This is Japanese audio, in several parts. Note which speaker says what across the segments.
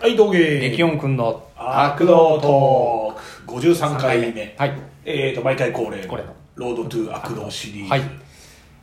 Speaker 1: はい、道芸。
Speaker 2: 激音くんの
Speaker 1: 悪道トーク。53回目。
Speaker 2: はい
Speaker 1: えーと、毎回恒例の。
Speaker 2: 恒例の
Speaker 1: ロードトゥ悪道シリーズ。
Speaker 2: はい、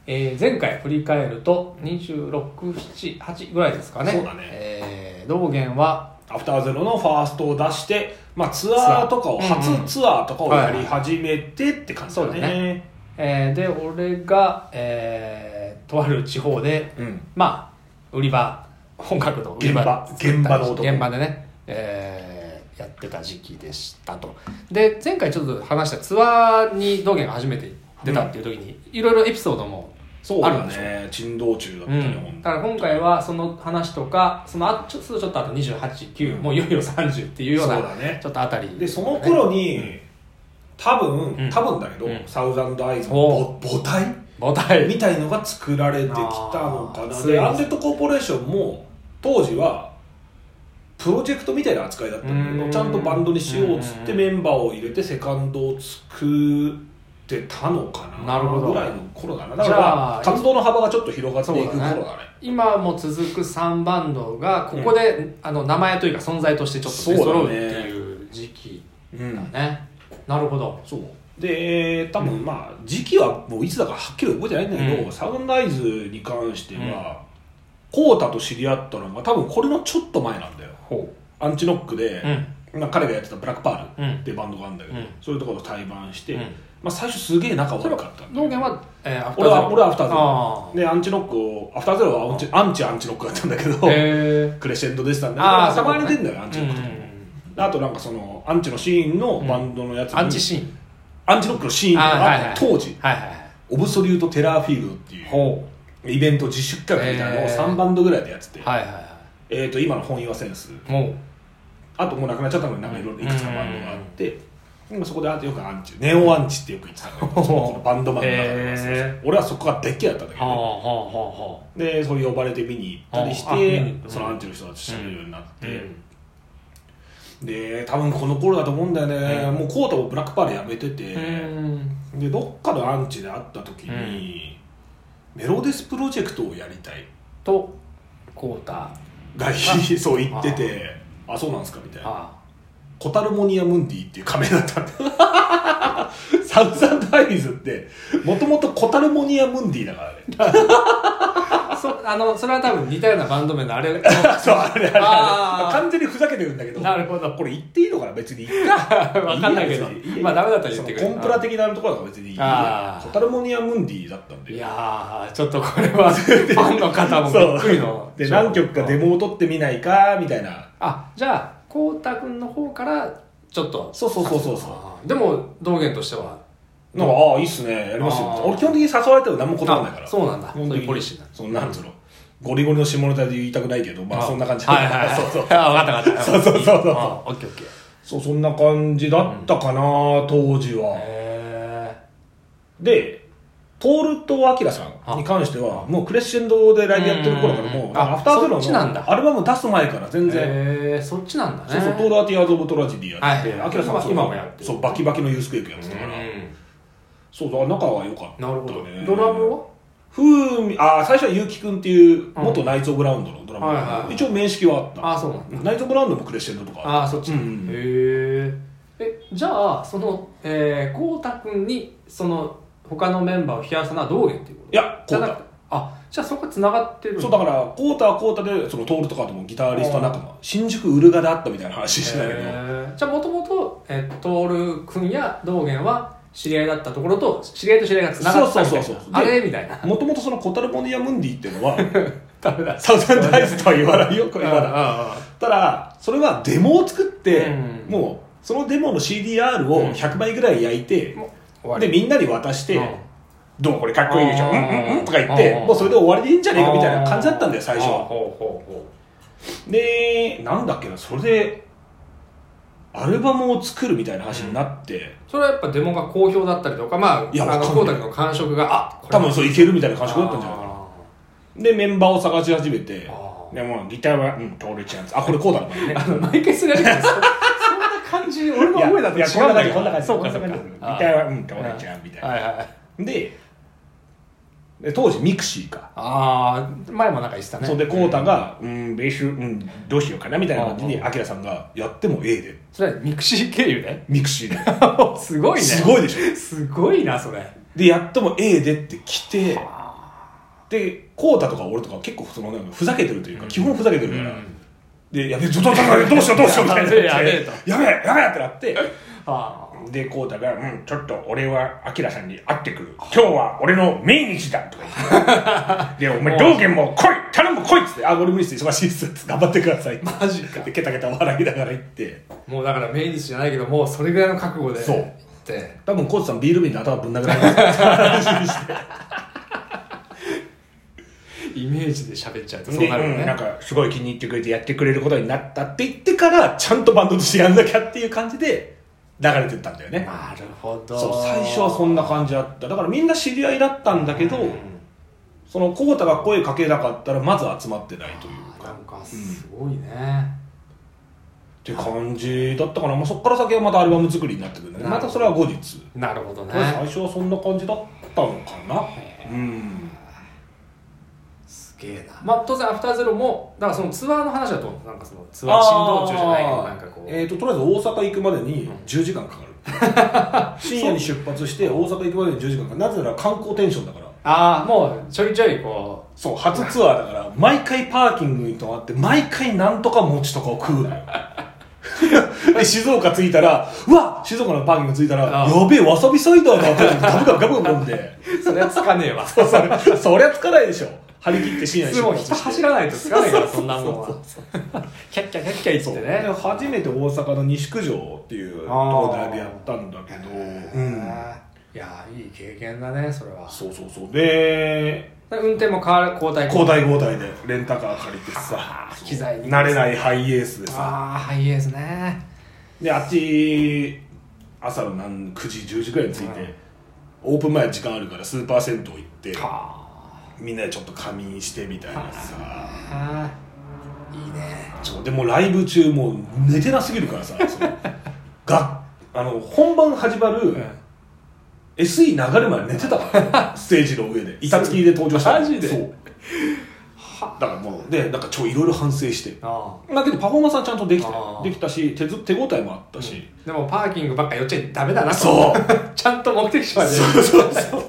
Speaker 2: えー前回振り返ると26788ぐらいですかね
Speaker 1: そうだね
Speaker 2: えー道元は
Speaker 1: アフターゼロのファーストを出して、まあ、ツアーとかを、
Speaker 2: ツアーうんうん
Speaker 1: 初ツアーとかをやり始めてって感じだね。
Speaker 2: そうだねえーで俺が、えーとある地方で、
Speaker 1: うん
Speaker 2: まあ売り場本格の売り場
Speaker 1: 現場現場の男
Speaker 2: 現場でね、えーやってた時期でしたとで前回ちょっと話したツアーに道元が初めて出たっていう時に、いろいろエピソードも
Speaker 1: そう
Speaker 2: ある
Speaker 1: だ
Speaker 2: んでしょ
Speaker 1: ね。珍道中だった
Speaker 2: う
Speaker 1: ね、
Speaker 2: ん、だから今回はその話とかそのあちょちょっとあと289、もういよいよ30っていうような
Speaker 1: そうだね
Speaker 2: ちょっとあたり
Speaker 1: で、その頃に、多分、
Speaker 2: ん
Speaker 1: 多分だけど、
Speaker 2: うん
Speaker 1: サウザンドアイズ
Speaker 2: お
Speaker 1: のぼ母体
Speaker 2: 母体
Speaker 1: みたいのが作られてきたのか
Speaker 2: あ
Speaker 1: な
Speaker 2: ー
Speaker 1: でアンデッドコーポレーションも当時はプロジェクトみたいな扱いだったんだけ
Speaker 2: う
Speaker 1: ど
Speaker 2: ん
Speaker 1: ちゃんとバンドにしようっつって
Speaker 2: うん
Speaker 1: メンバーを入れてセカンドを作ってたのかな
Speaker 2: なるほど
Speaker 1: ぐらいの頃だなだか
Speaker 2: じ
Speaker 1: ら
Speaker 2: ゃあ
Speaker 1: 活動の幅がちょっと広がって
Speaker 2: そ
Speaker 1: いうく頃
Speaker 2: だ
Speaker 1: だ
Speaker 2: ね
Speaker 1: ね
Speaker 2: 今も続く3バンドがここで、あの名前というか存在としてちょっと出揃うっていう時期
Speaker 1: うん
Speaker 2: だねなるほど
Speaker 1: そうで多分まあ時期はもういつだかはっきり覚えてないんだけど、
Speaker 2: うん
Speaker 1: サウンダイズに関しては浩太、と知り合ったのが多分これのちょっと前なんだよ
Speaker 2: ほ
Speaker 1: アンチノックで、
Speaker 2: うん
Speaker 1: まあ、彼がやってたブラックパー
Speaker 2: うん
Speaker 1: ルっていうバンドがあるんだけど、
Speaker 2: うん
Speaker 1: そういうところと対バンして、
Speaker 2: うん
Speaker 1: まあ、最初すげえ仲悪かったんだ
Speaker 2: 道元は、えー、アフ
Speaker 1: 俺
Speaker 2: ターゼロ
Speaker 1: は俺はアフターゼ
Speaker 2: あ
Speaker 1: ロでアンチノックをアフターゼロはアンチアンチアンチノックだったんだけど、
Speaker 2: ーへ
Speaker 1: クレッシェンドでしたんだけど
Speaker 2: あー
Speaker 1: たまに
Speaker 2: そうい
Speaker 1: 出
Speaker 2: うこと
Speaker 1: んだよ、アン
Speaker 2: ねえ
Speaker 1: チノックって、あとなんかそのアンチのシーンのバンドのやつに、
Speaker 2: アンチシーン
Speaker 1: アンチノックのシーンが、
Speaker 2: あーはいはい
Speaker 1: 当時
Speaker 2: はいはいはい
Speaker 1: オブソリュート・テラーフィールドっていう
Speaker 2: ほ
Speaker 1: イベント自主企画みたいなのを
Speaker 2: へー
Speaker 1: 3バンドぐらいでやってて、
Speaker 2: うはいはいは
Speaker 1: えー、と今の本岩センス
Speaker 2: いもう
Speaker 1: あともうなくなっちゃったのになんかいろいろいくつかバンドがあって、今そこであとよくアンチネオアンチってよく言ってた のよ
Speaker 2: うん
Speaker 1: そのバンドマンの中で
Speaker 2: へー
Speaker 1: 俺はそこがでっけえだったんだけ
Speaker 2: はあはあ
Speaker 1: ど、
Speaker 2: はあはあ
Speaker 1: ね、でそれ呼ばれて見に行ったりし
Speaker 2: あ
Speaker 1: て、
Speaker 2: あうん
Speaker 1: そのアンチの人たちと喋るようになって、
Speaker 2: うん
Speaker 1: で多分この頃だと思うんだよね、
Speaker 2: うん
Speaker 1: もうコータもブラックパールやめてて、
Speaker 2: うん
Speaker 1: でどっかのアンチで会った時に、メロデスプロジェクトをやりたい
Speaker 2: とコータ
Speaker 1: が そう言っててあそうなんですかみたいな
Speaker 2: あ
Speaker 1: コタルモニアムンディっていう仮名だったんだ サウザンドアイズってもともとコタルモニアムンディだからね
Speaker 2: そあのそれは多分似たようなバンド名のあ れ
Speaker 1: そうあれあれ
Speaker 2: あー
Speaker 1: 完全にふざけてるんだけど
Speaker 2: なるほど
Speaker 1: これ言っていいのかな別にいいか
Speaker 2: わかんないけど
Speaker 1: や別にや
Speaker 2: まあダメだったら言ってくれ
Speaker 1: そのコンプラ的なところだから別にいい
Speaker 2: あ
Speaker 1: や
Speaker 2: ー
Speaker 1: コタルモニアムンディだったんで
Speaker 2: いやーちょっとこれは ファンの方もびっく りの
Speaker 1: で何曲かデモを取ってみないかみたいな
Speaker 2: あじゃあコータ君の方からちょっと
Speaker 1: そうそうそうそうそう
Speaker 2: あーでも道元としては
Speaker 1: なんかああいいっすねやります
Speaker 2: あー
Speaker 1: よ俺基本的に誘われても何も断らないから
Speaker 2: あそうなんだ
Speaker 1: 基本的に
Speaker 2: そういうポリシーなんだ
Speaker 1: そうなんつうのゴリゴリの下ネタで言いたくないけどまあそんな感じ
Speaker 2: はいはいは い
Speaker 1: そうそう
Speaker 2: あ分かった分かった
Speaker 1: そうそうそうそう
Speaker 2: あオッケーオッケー
Speaker 1: そうそんな感じだったかな、当時は
Speaker 2: へ
Speaker 1: でトールとアキラさんに関してはもうクレッシェンドでライブやってる頃から
Speaker 2: うんうん
Speaker 1: も
Speaker 2: う
Speaker 1: うんあアフターゼ
Speaker 2: そっちなん
Speaker 1: ロ
Speaker 2: だ
Speaker 1: のアルバム出す前から全然、
Speaker 2: えそっちなんだね
Speaker 1: そうそう、トールアーティアーズ・オブ・トラジディやってて、
Speaker 2: はい
Speaker 1: アキラさんは
Speaker 2: 今今もやってる
Speaker 1: そう、バキバキのユースクエイクやってたから、
Speaker 2: う
Speaker 1: そうそう、仲は良かった、
Speaker 2: んなるほど
Speaker 1: ね
Speaker 2: ドラムは
Speaker 1: ふうみあー最初は結城君っていう元ナイツ・オブ・ラウンドのドラマ、
Speaker 2: はいはいはい
Speaker 1: 一応面識はあっ
Speaker 2: あそうなんだ
Speaker 1: たナイツ・オブ・ラウンドもクレッシェンドとか
Speaker 2: ああそっち、
Speaker 1: うん
Speaker 2: へええじゃあそのえー、こうたくんにその他のメンバーを冷やすのは道元っていうこと
Speaker 1: いや
Speaker 2: じゃなくてあじゃあそこつながってる
Speaker 1: そう
Speaker 2: だ
Speaker 1: だからコータはコータでそのトールとかともギタリスト仲間新宿ウルガであったみたいな話してたけど、
Speaker 2: じゃあもともとえートールくんや道元は知り合いだったところと知り合いと知り合いがつながったみたいな
Speaker 1: そうそうそうそう
Speaker 2: あれみたいな
Speaker 1: もともとそのコタルモニア・ムンディっていうのは
Speaker 2: ダメだ
Speaker 1: サウザンダイズとは言わないよこれまだ
Speaker 2: あ
Speaker 1: ただそれはデモを作って、
Speaker 2: うん
Speaker 1: もうそのデモの CDR を100枚ぐらい焼いて、
Speaker 2: もう終わり
Speaker 1: でみんなに渡して、
Speaker 2: うん
Speaker 1: どうもこれかっこいいでしょ
Speaker 2: あ
Speaker 1: う
Speaker 2: ー
Speaker 1: んうんうんとか言って
Speaker 2: あー
Speaker 1: もうそれで終わりでいいんじゃねえかみたいな感じだったんだよ最初は
Speaker 2: ほうほうほ
Speaker 1: でなんだっけなそれでアルバムを作るみたいな話になって、
Speaker 2: うそれはやっぱデモが好評だったりとかまあ
Speaker 1: いや
Speaker 2: あ
Speaker 1: わ
Speaker 2: の
Speaker 1: かんない
Speaker 2: こうたくんの感触があこれ
Speaker 1: 多分そういけるみたいな感触だったんじゃないか
Speaker 2: あ
Speaker 1: な
Speaker 2: ー
Speaker 1: でメンバーを探し始めてで
Speaker 2: あー
Speaker 1: もうギターはうん通れちゃうんですあこれこうだろう ね
Speaker 2: あの毎回すれるけどそそんな感じ俺の思いだと違うんだけど
Speaker 1: こんな感じ
Speaker 2: そう
Speaker 1: こん
Speaker 2: か
Speaker 1: な
Speaker 2: そう
Speaker 1: 感
Speaker 2: か
Speaker 1: じギターはうん通れちゃうみたいな
Speaker 2: はいはい
Speaker 1: でで当時ミクシーか
Speaker 2: ああ前もなんか言ってたね
Speaker 1: そうでコータが「うん練習、うん、どうしようかな」みたいな感じに
Speaker 2: うん
Speaker 1: アキラさんが「やってもええで
Speaker 2: それはミクシー経 由で
Speaker 1: ミクシー で」
Speaker 2: すごいね
Speaker 1: すごいでしょ
Speaker 2: すごいなそれ
Speaker 1: でやってもええでって来てでコータとか俺とか結構そのなんかふざけてるというか基本ふざけてるから、
Speaker 2: うん
Speaker 1: でやべえちょっと待ってどうしようどうしようみたいになって
Speaker 2: やべえやべえと
Speaker 1: やべえやべえってなって
Speaker 2: ああ
Speaker 1: でコータが「うんちょっと俺はアキラさんに会ってくる今日は俺の命日だ」とか言って「で お前道元も来い頼む来い」っつって「あ俺無理です忙しいっす」っつって頑張ってください」
Speaker 2: マジか
Speaker 1: でケタケタ笑いながら行って
Speaker 2: もうだから命日じゃないけどもうそれぐらいの覚悟で
Speaker 1: そう
Speaker 2: 行って
Speaker 1: 多分コータさんビール瓶で頭ぶん殴られます話して
Speaker 2: イメージで喋っちゃうとそう
Speaker 1: で、
Speaker 2: なるよ
Speaker 1: うんなん
Speaker 2: ね
Speaker 1: かすごい気に入ってくれてやってくれることになったって言ってからちゃんとバンドとしてやんなきゃっていう感じで流れてったんだよね
Speaker 2: なるほど
Speaker 1: そう最初はそんな感じだっただからみんな知り合いだったんだけど、その浩太が声かけなかったらまず集まってないという
Speaker 2: な
Speaker 1: か
Speaker 2: んかすごいね、
Speaker 1: って感じだったかな、まあ、そこから先はまたアルバム作りになってくるんだね
Speaker 2: な
Speaker 1: ま
Speaker 2: るほ
Speaker 1: た
Speaker 2: ど
Speaker 1: それは後日
Speaker 2: なるほどね
Speaker 1: 最初はそんな感じだったのかなうん
Speaker 2: すげえなまあ当然アフターゼロもだからそのツアーの話だと思うなんかそのツアー振動中じゃないけどなんかこう、
Speaker 1: えー、ととりあえず大阪行くまでに10時間かかる、 深夜に出発して大阪行くまでに10時間かかるなぜなら観光テンションだから
Speaker 2: ああもうちょいちょいこ
Speaker 1: そう初ツアーだから 毎回パーキングに泊まって毎回なんとか餅とかを食うの よで静岡着いたらうわ静岡のパーキング着いたら
Speaker 2: ああ
Speaker 1: やべえわさびサイダーだってガブガブガブガブ飲んで
Speaker 2: うそれはつかねえわ
Speaker 1: それそりゃつかないでしょ張り切って深夜に
Speaker 2: す
Speaker 1: 出
Speaker 2: ご い
Speaker 1: 発
Speaker 2: 人
Speaker 1: して
Speaker 2: 走らないとつかないからそんなもんはキャッキャキャッキャ言
Speaker 1: そう
Speaker 2: って
Speaker 1: ね、で
Speaker 2: ね
Speaker 1: 初めて大阪の西九条っていうところでライブやったんだけど、うん、
Speaker 2: いやーいい経験だねそれは
Speaker 1: そうそうそうで
Speaker 2: 運転も変わる交代
Speaker 1: 交代交代でレンタカー借りてさ
Speaker 2: あー機材に
Speaker 1: 慣れないハイエースでさ
Speaker 2: ああハイエースね
Speaker 1: であっち朝の何9時10時ぐらいに着いて、オープン前時間あるからスーパー銭湯行って
Speaker 2: は
Speaker 1: みんなでちょっと仮眠してみたいなさ
Speaker 2: あいいね
Speaker 1: そうでもうライブ中もう寝てなすぎるから さそのがあの本番始まる、SE 流れまで寝てた から、ね、ステージの上で板付きで登場した
Speaker 2: マジで
Speaker 1: そうだからもうでなんかちょいろいろ反省して
Speaker 2: あ
Speaker 1: まあけどパフォーマンスはちゃんとできた
Speaker 2: あー
Speaker 1: できたし手ず手応えもあったし、
Speaker 2: でもパーキングばっか寄っちゃダメだな
Speaker 1: そう
Speaker 2: ちゃんと目的地まで
Speaker 1: そうそうそう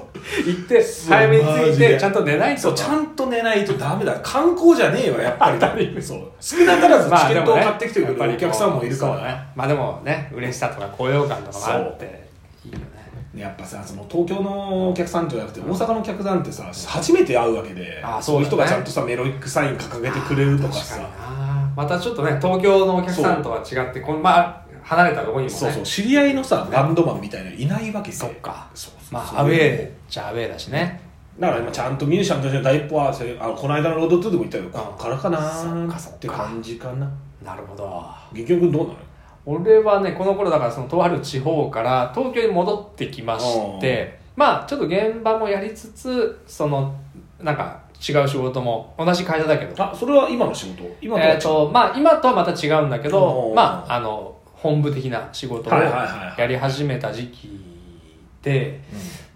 Speaker 2: 行って
Speaker 1: そう
Speaker 2: 早めに
Speaker 1: マ
Speaker 2: 着い
Speaker 1: ジで
Speaker 2: てちゃんと寝ないと
Speaker 1: そうちゃんと寝ないとダメだ観光じゃねえわやっぱ りそう少なからずチケットを買ってきてくれるお客さんもいるからね
Speaker 2: まあでもね嬉しさとか高揚感とかもあっていいよね
Speaker 1: ねやっぱさその東京のお客さんじゃなくて大阪のお客さんってさ初めて会うわけで
Speaker 2: あー
Speaker 1: そういう人
Speaker 2: そうだ
Speaker 1: が
Speaker 2: ね
Speaker 1: ちゃんとさメロイックサイン掲げてくれるとか
Speaker 2: 確かに
Speaker 1: さ
Speaker 2: なまたちょっとね東京のお客さんとは違ってこのまあ離れたところにもね
Speaker 1: そうそう知り合いのさバンドマンみたいなのいないわけで
Speaker 2: そっか
Speaker 1: そうそう
Speaker 2: ま
Speaker 1: そう
Speaker 2: あアウェーじゃアウェーだしね
Speaker 1: だから今ちゃんとミュージシャンとしての第一歩はせあのこの間のロードトゥーでも言ったけどこっからかな
Speaker 2: そっかそ
Speaker 1: ー
Speaker 2: っか
Speaker 1: って感じかな
Speaker 2: なるほど
Speaker 1: 劇局君どうなの
Speaker 2: 俺はねこの頃だからそのとある地方から東京に戻ってきましてまあちょっと現場もやりつつそのなんか違う仕事も同じ会社だけど
Speaker 1: あそれは今の仕事今の
Speaker 2: えーとまあ、今とはまた違うんだけ
Speaker 1: お
Speaker 2: ど
Speaker 1: ー、
Speaker 2: まあ、あの本部的な仕事を
Speaker 1: はいはいはいはい
Speaker 2: やり始めた時期で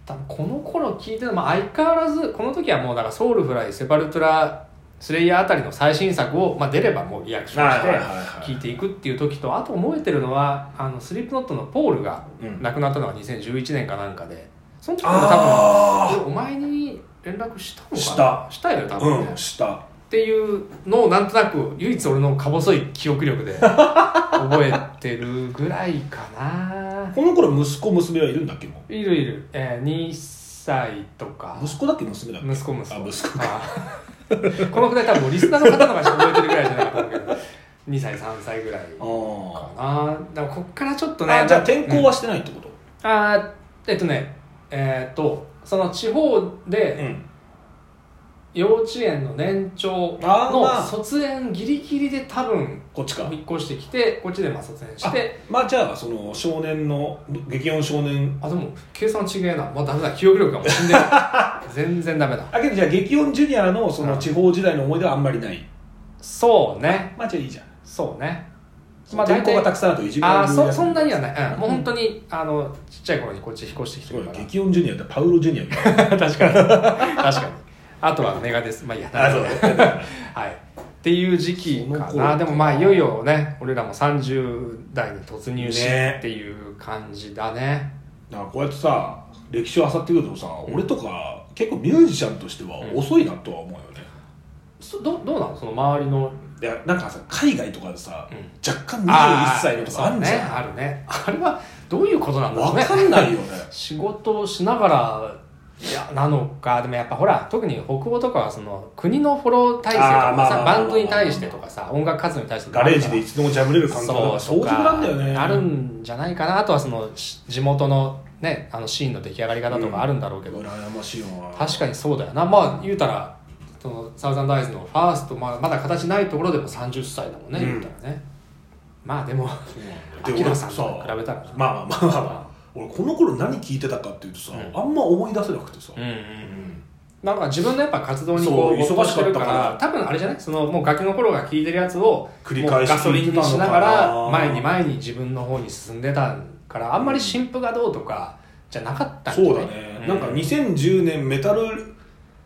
Speaker 2: 多分この頃聞いてる、まあ、相変わらずこの時はもうだからソウルフライセパルトラスレイヤーあたりの最新作を、まあ、出ればもうリアクションして
Speaker 1: はいはいはいはい
Speaker 2: 聞いていくっていう時とあと思えてるのはあのスリープノットのポールが
Speaker 1: うん
Speaker 2: 亡くなったのが2011年かなんかでその時も多
Speaker 1: あ
Speaker 2: 分お前に連絡したのかな
Speaker 1: した
Speaker 2: したよね多
Speaker 1: あ
Speaker 2: 分ね、
Speaker 1: うんした
Speaker 2: っていうのをなんとなく唯一俺のか細い記憶力で覚えてるぐらいかな
Speaker 1: この頃息子娘はいるんだっけも
Speaker 2: いるいる、えー、2歳とか
Speaker 1: う息子だっけ娘だっけ
Speaker 2: 息子息子
Speaker 1: あ息子
Speaker 2: あー このくらい多分リスナーの方とかしか覚えてるぐらいじゃないかと思うけど2歳3歳ぐらい
Speaker 1: あ
Speaker 2: か
Speaker 1: ー
Speaker 2: なだからこっからちょっとね
Speaker 1: あじゃあ転校はしてないってこと
Speaker 2: あーえっとねえーっとその地方で、
Speaker 1: ん
Speaker 2: 幼稚園の年長
Speaker 1: あーまあ
Speaker 2: の卒園ギリギリで多分
Speaker 1: こっちか
Speaker 2: 引っ越してきてこっちでまあ卒園し
Speaker 1: あ
Speaker 2: て
Speaker 1: まあじゃあその少年の激音少年
Speaker 2: あでも計算違えなまあダメだ記憶力がもう死ん でる全然ダメだ
Speaker 1: あけどじゃあ激音ジュニアのその地方時代の思い出はあんまりない
Speaker 2: そうね
Speaker 1: まあじゃあいいじゃん
Speaker 2: そうねまあ
Speaker 1: 天
Speaker 2: 大
Speaker 1: 候
Speaker 2: 体
Speaker 1: がたくさんあるといじめら
Speaker 2: あ
Speaker 1: れ
Speaker 2: あ
Speaker 1: る
Speaker 2: そ
Speaker 1: やつ
Speaker 2: そんなにはない、うん、もう本当にあのちっちゃい頃にこっち引っ越してき
Speaker 1: す
Speaker 2: て
Speaker 1: ごい
Speaker 2: る
Speaker 1: な
Speaker 2: から
Speaker 1: 激音ジュニアってパウロジュニアみたい
Speaker 2: 確かに確かにあとはメガですまあいいや
Speaker 1: なあそうだ
Speaker 2: はい、っていう時期か
Speaker 1: その頃
Speaker 2: なでもまあいよいよね俺らも30代に突入し
Speaker 1: ね
Speaker 2: っていう感じだね
Speaker 1: なんかこうやってさ歴史を漁ってくるとさ、俺とか結構ミュージシャンとしては遅いなとは思うよね、
Speaker 2: そどどうなのその周りの、
Speaker 1: いやなんかさ海外とかでさ、
Speaker 2: うん
Speaker 1: 若干
Speaker 2: あ
Speaker 1: 21歳のとかあんじゃん、
Speaker 2: あそうねあるねあれはどういうことなんだろう
Speaker 1: わ
Speaker 2: ね
Speaker 1: かんないよね
Speaker 2: 仕事をしながらいやなのかでもやっぱほら特に北欧とかはその国のフォロー体制と
Speaker 1: あーま
Speaker 2: か
Speaker 1: あまあま
Speaker 2: さ
Speaker 1: あまあ
Speaker 2: バンドに対してとかさ音楽活動に対してとか
Speaker 1: ガレージでいつでもジャブれる感覚が相
Speaker 2: そう
Speaker 1: 当なんだよね
Speaker 2: あるんじゃないかなあとはそのし地元のねあのシーンの出来上がり方とかあるんだろうけど、
Speaker 1: 羨ましいわ
Speaker 2: 確かにそうだよなまあ言うたらそのサウザンダイズのファースト、まあ、まだ形ないところでも30歳だもんね、
Speaker 1: うん
Speaker 2: 言うたらねまあでも
Speaker 1: で
Speaker 2: ア
Speaker 1: 俺
Speaker 2: キラ
Speaker 1: さ
Speaker 2: さんと比べたらな
Speaker 1: まあまあまあまあ俺この頃何聞いてたかっていうとさ、
Speaker 2: う
Speaker 1: あ
Speaker 2: ん
Speaker 1: んま思い出せなくてさ、
Speaker 2: うんうんうんなんか自分のやっぱ活動にこう
Speaker 1: そう
Speaker 2: 没頭してる
Speaker 1: 忙しかっ
Speaker 2: 多分あれじゃないそのもうガキの頃が聴いてるやつを
Speaker 1: 繰り返し
Speaker 2: もうガソリンにしなが
Speaker 1: 聞
Speaker 2: ら
Speaker 1: いてたのかな
Speaker 2: 前に前に自分の方に進んでたからあんまり新婦がどうとかじゃなかったんじゃ
Speaker 1: そう
Speaker 2: な
Speaker 1: だ
Speaker 2: い
Speaker 1: ね、なんか2010年メタル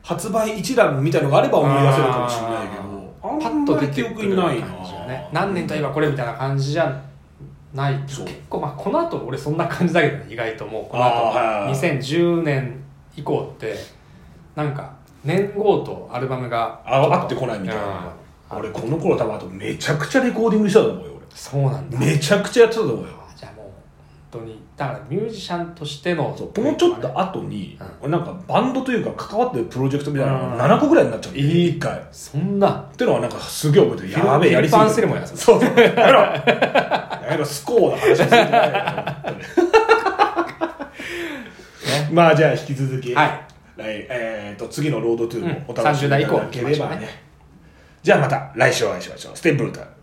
Speaker 1: 発売一覧みたいのがあれば思い出せるかもしれないけ
Speaker 2: あー
Speaker 1: ど
Speaker 2: パ
Speaker 1: あん
Speaker 2: ッと
Speaker 1: ま
Speaker 2: 出
Speaker 1: り
Speaker 2: て
Speaker 1: 記
Speaker 2: く
Speaker 1: 憶
Speaker 2: る
Speaker 1: にないな
Speaker 2: 感じだね何年といえばこれみたいな感じじゃない結
Speaker 1: そう
Speaker 2: 構まあこの後俺そんな感じだけどね意外ともうこの
Speaker 1: あーはいはいは
Speaker 2: 後
Speaker 1: い
Speaker 2: 2010年以降ってなんか年号とアルバムが
Speaker 1: あ合ってこないみたいな
Speaker 2: うん
Speaker 1: 俺この頃多分あとめちゃくちゃレコーディングしたと思うよ
Speaker 2: そうなんだ
Speaker 1: 俺めちゃくちゃやってたと思うよ
Speaker 2: じゃあもう本当にだからミュージシャンとしての
Speaker 1: そうこのちょっと後に
Speaker 2: うん、
Speaker 1: 俺なんかバンドというか関わってるプロジェクトみたいなのが
Speaker 2: うん
Speaker 1: 7個ぐらいになっちゃう
Speaker 2: いい
Speaker 1: 一回っ
Speaker 2: そんな
Speaker 1: てのはなんかすげえ覚えてるやべえやりすぎ
Speaker 2: フィルパンセレモンやそれ
Speaker 1: そうそうやめろやめろスコーの話をするんじゃないよ本当に
Speaker 2: ね
Speaker 1: まあじゃあ引き続き、
Speaker 2: はい
Speaker 1: 来えー、と次のロードトゥーもお楽しみ
Speaker 2: うん
Speaker 1: いただけれ
Speaker 2: 30代以降
Speaker 1: ばね,、じゃあまた来週お会いしましょうステイブルーター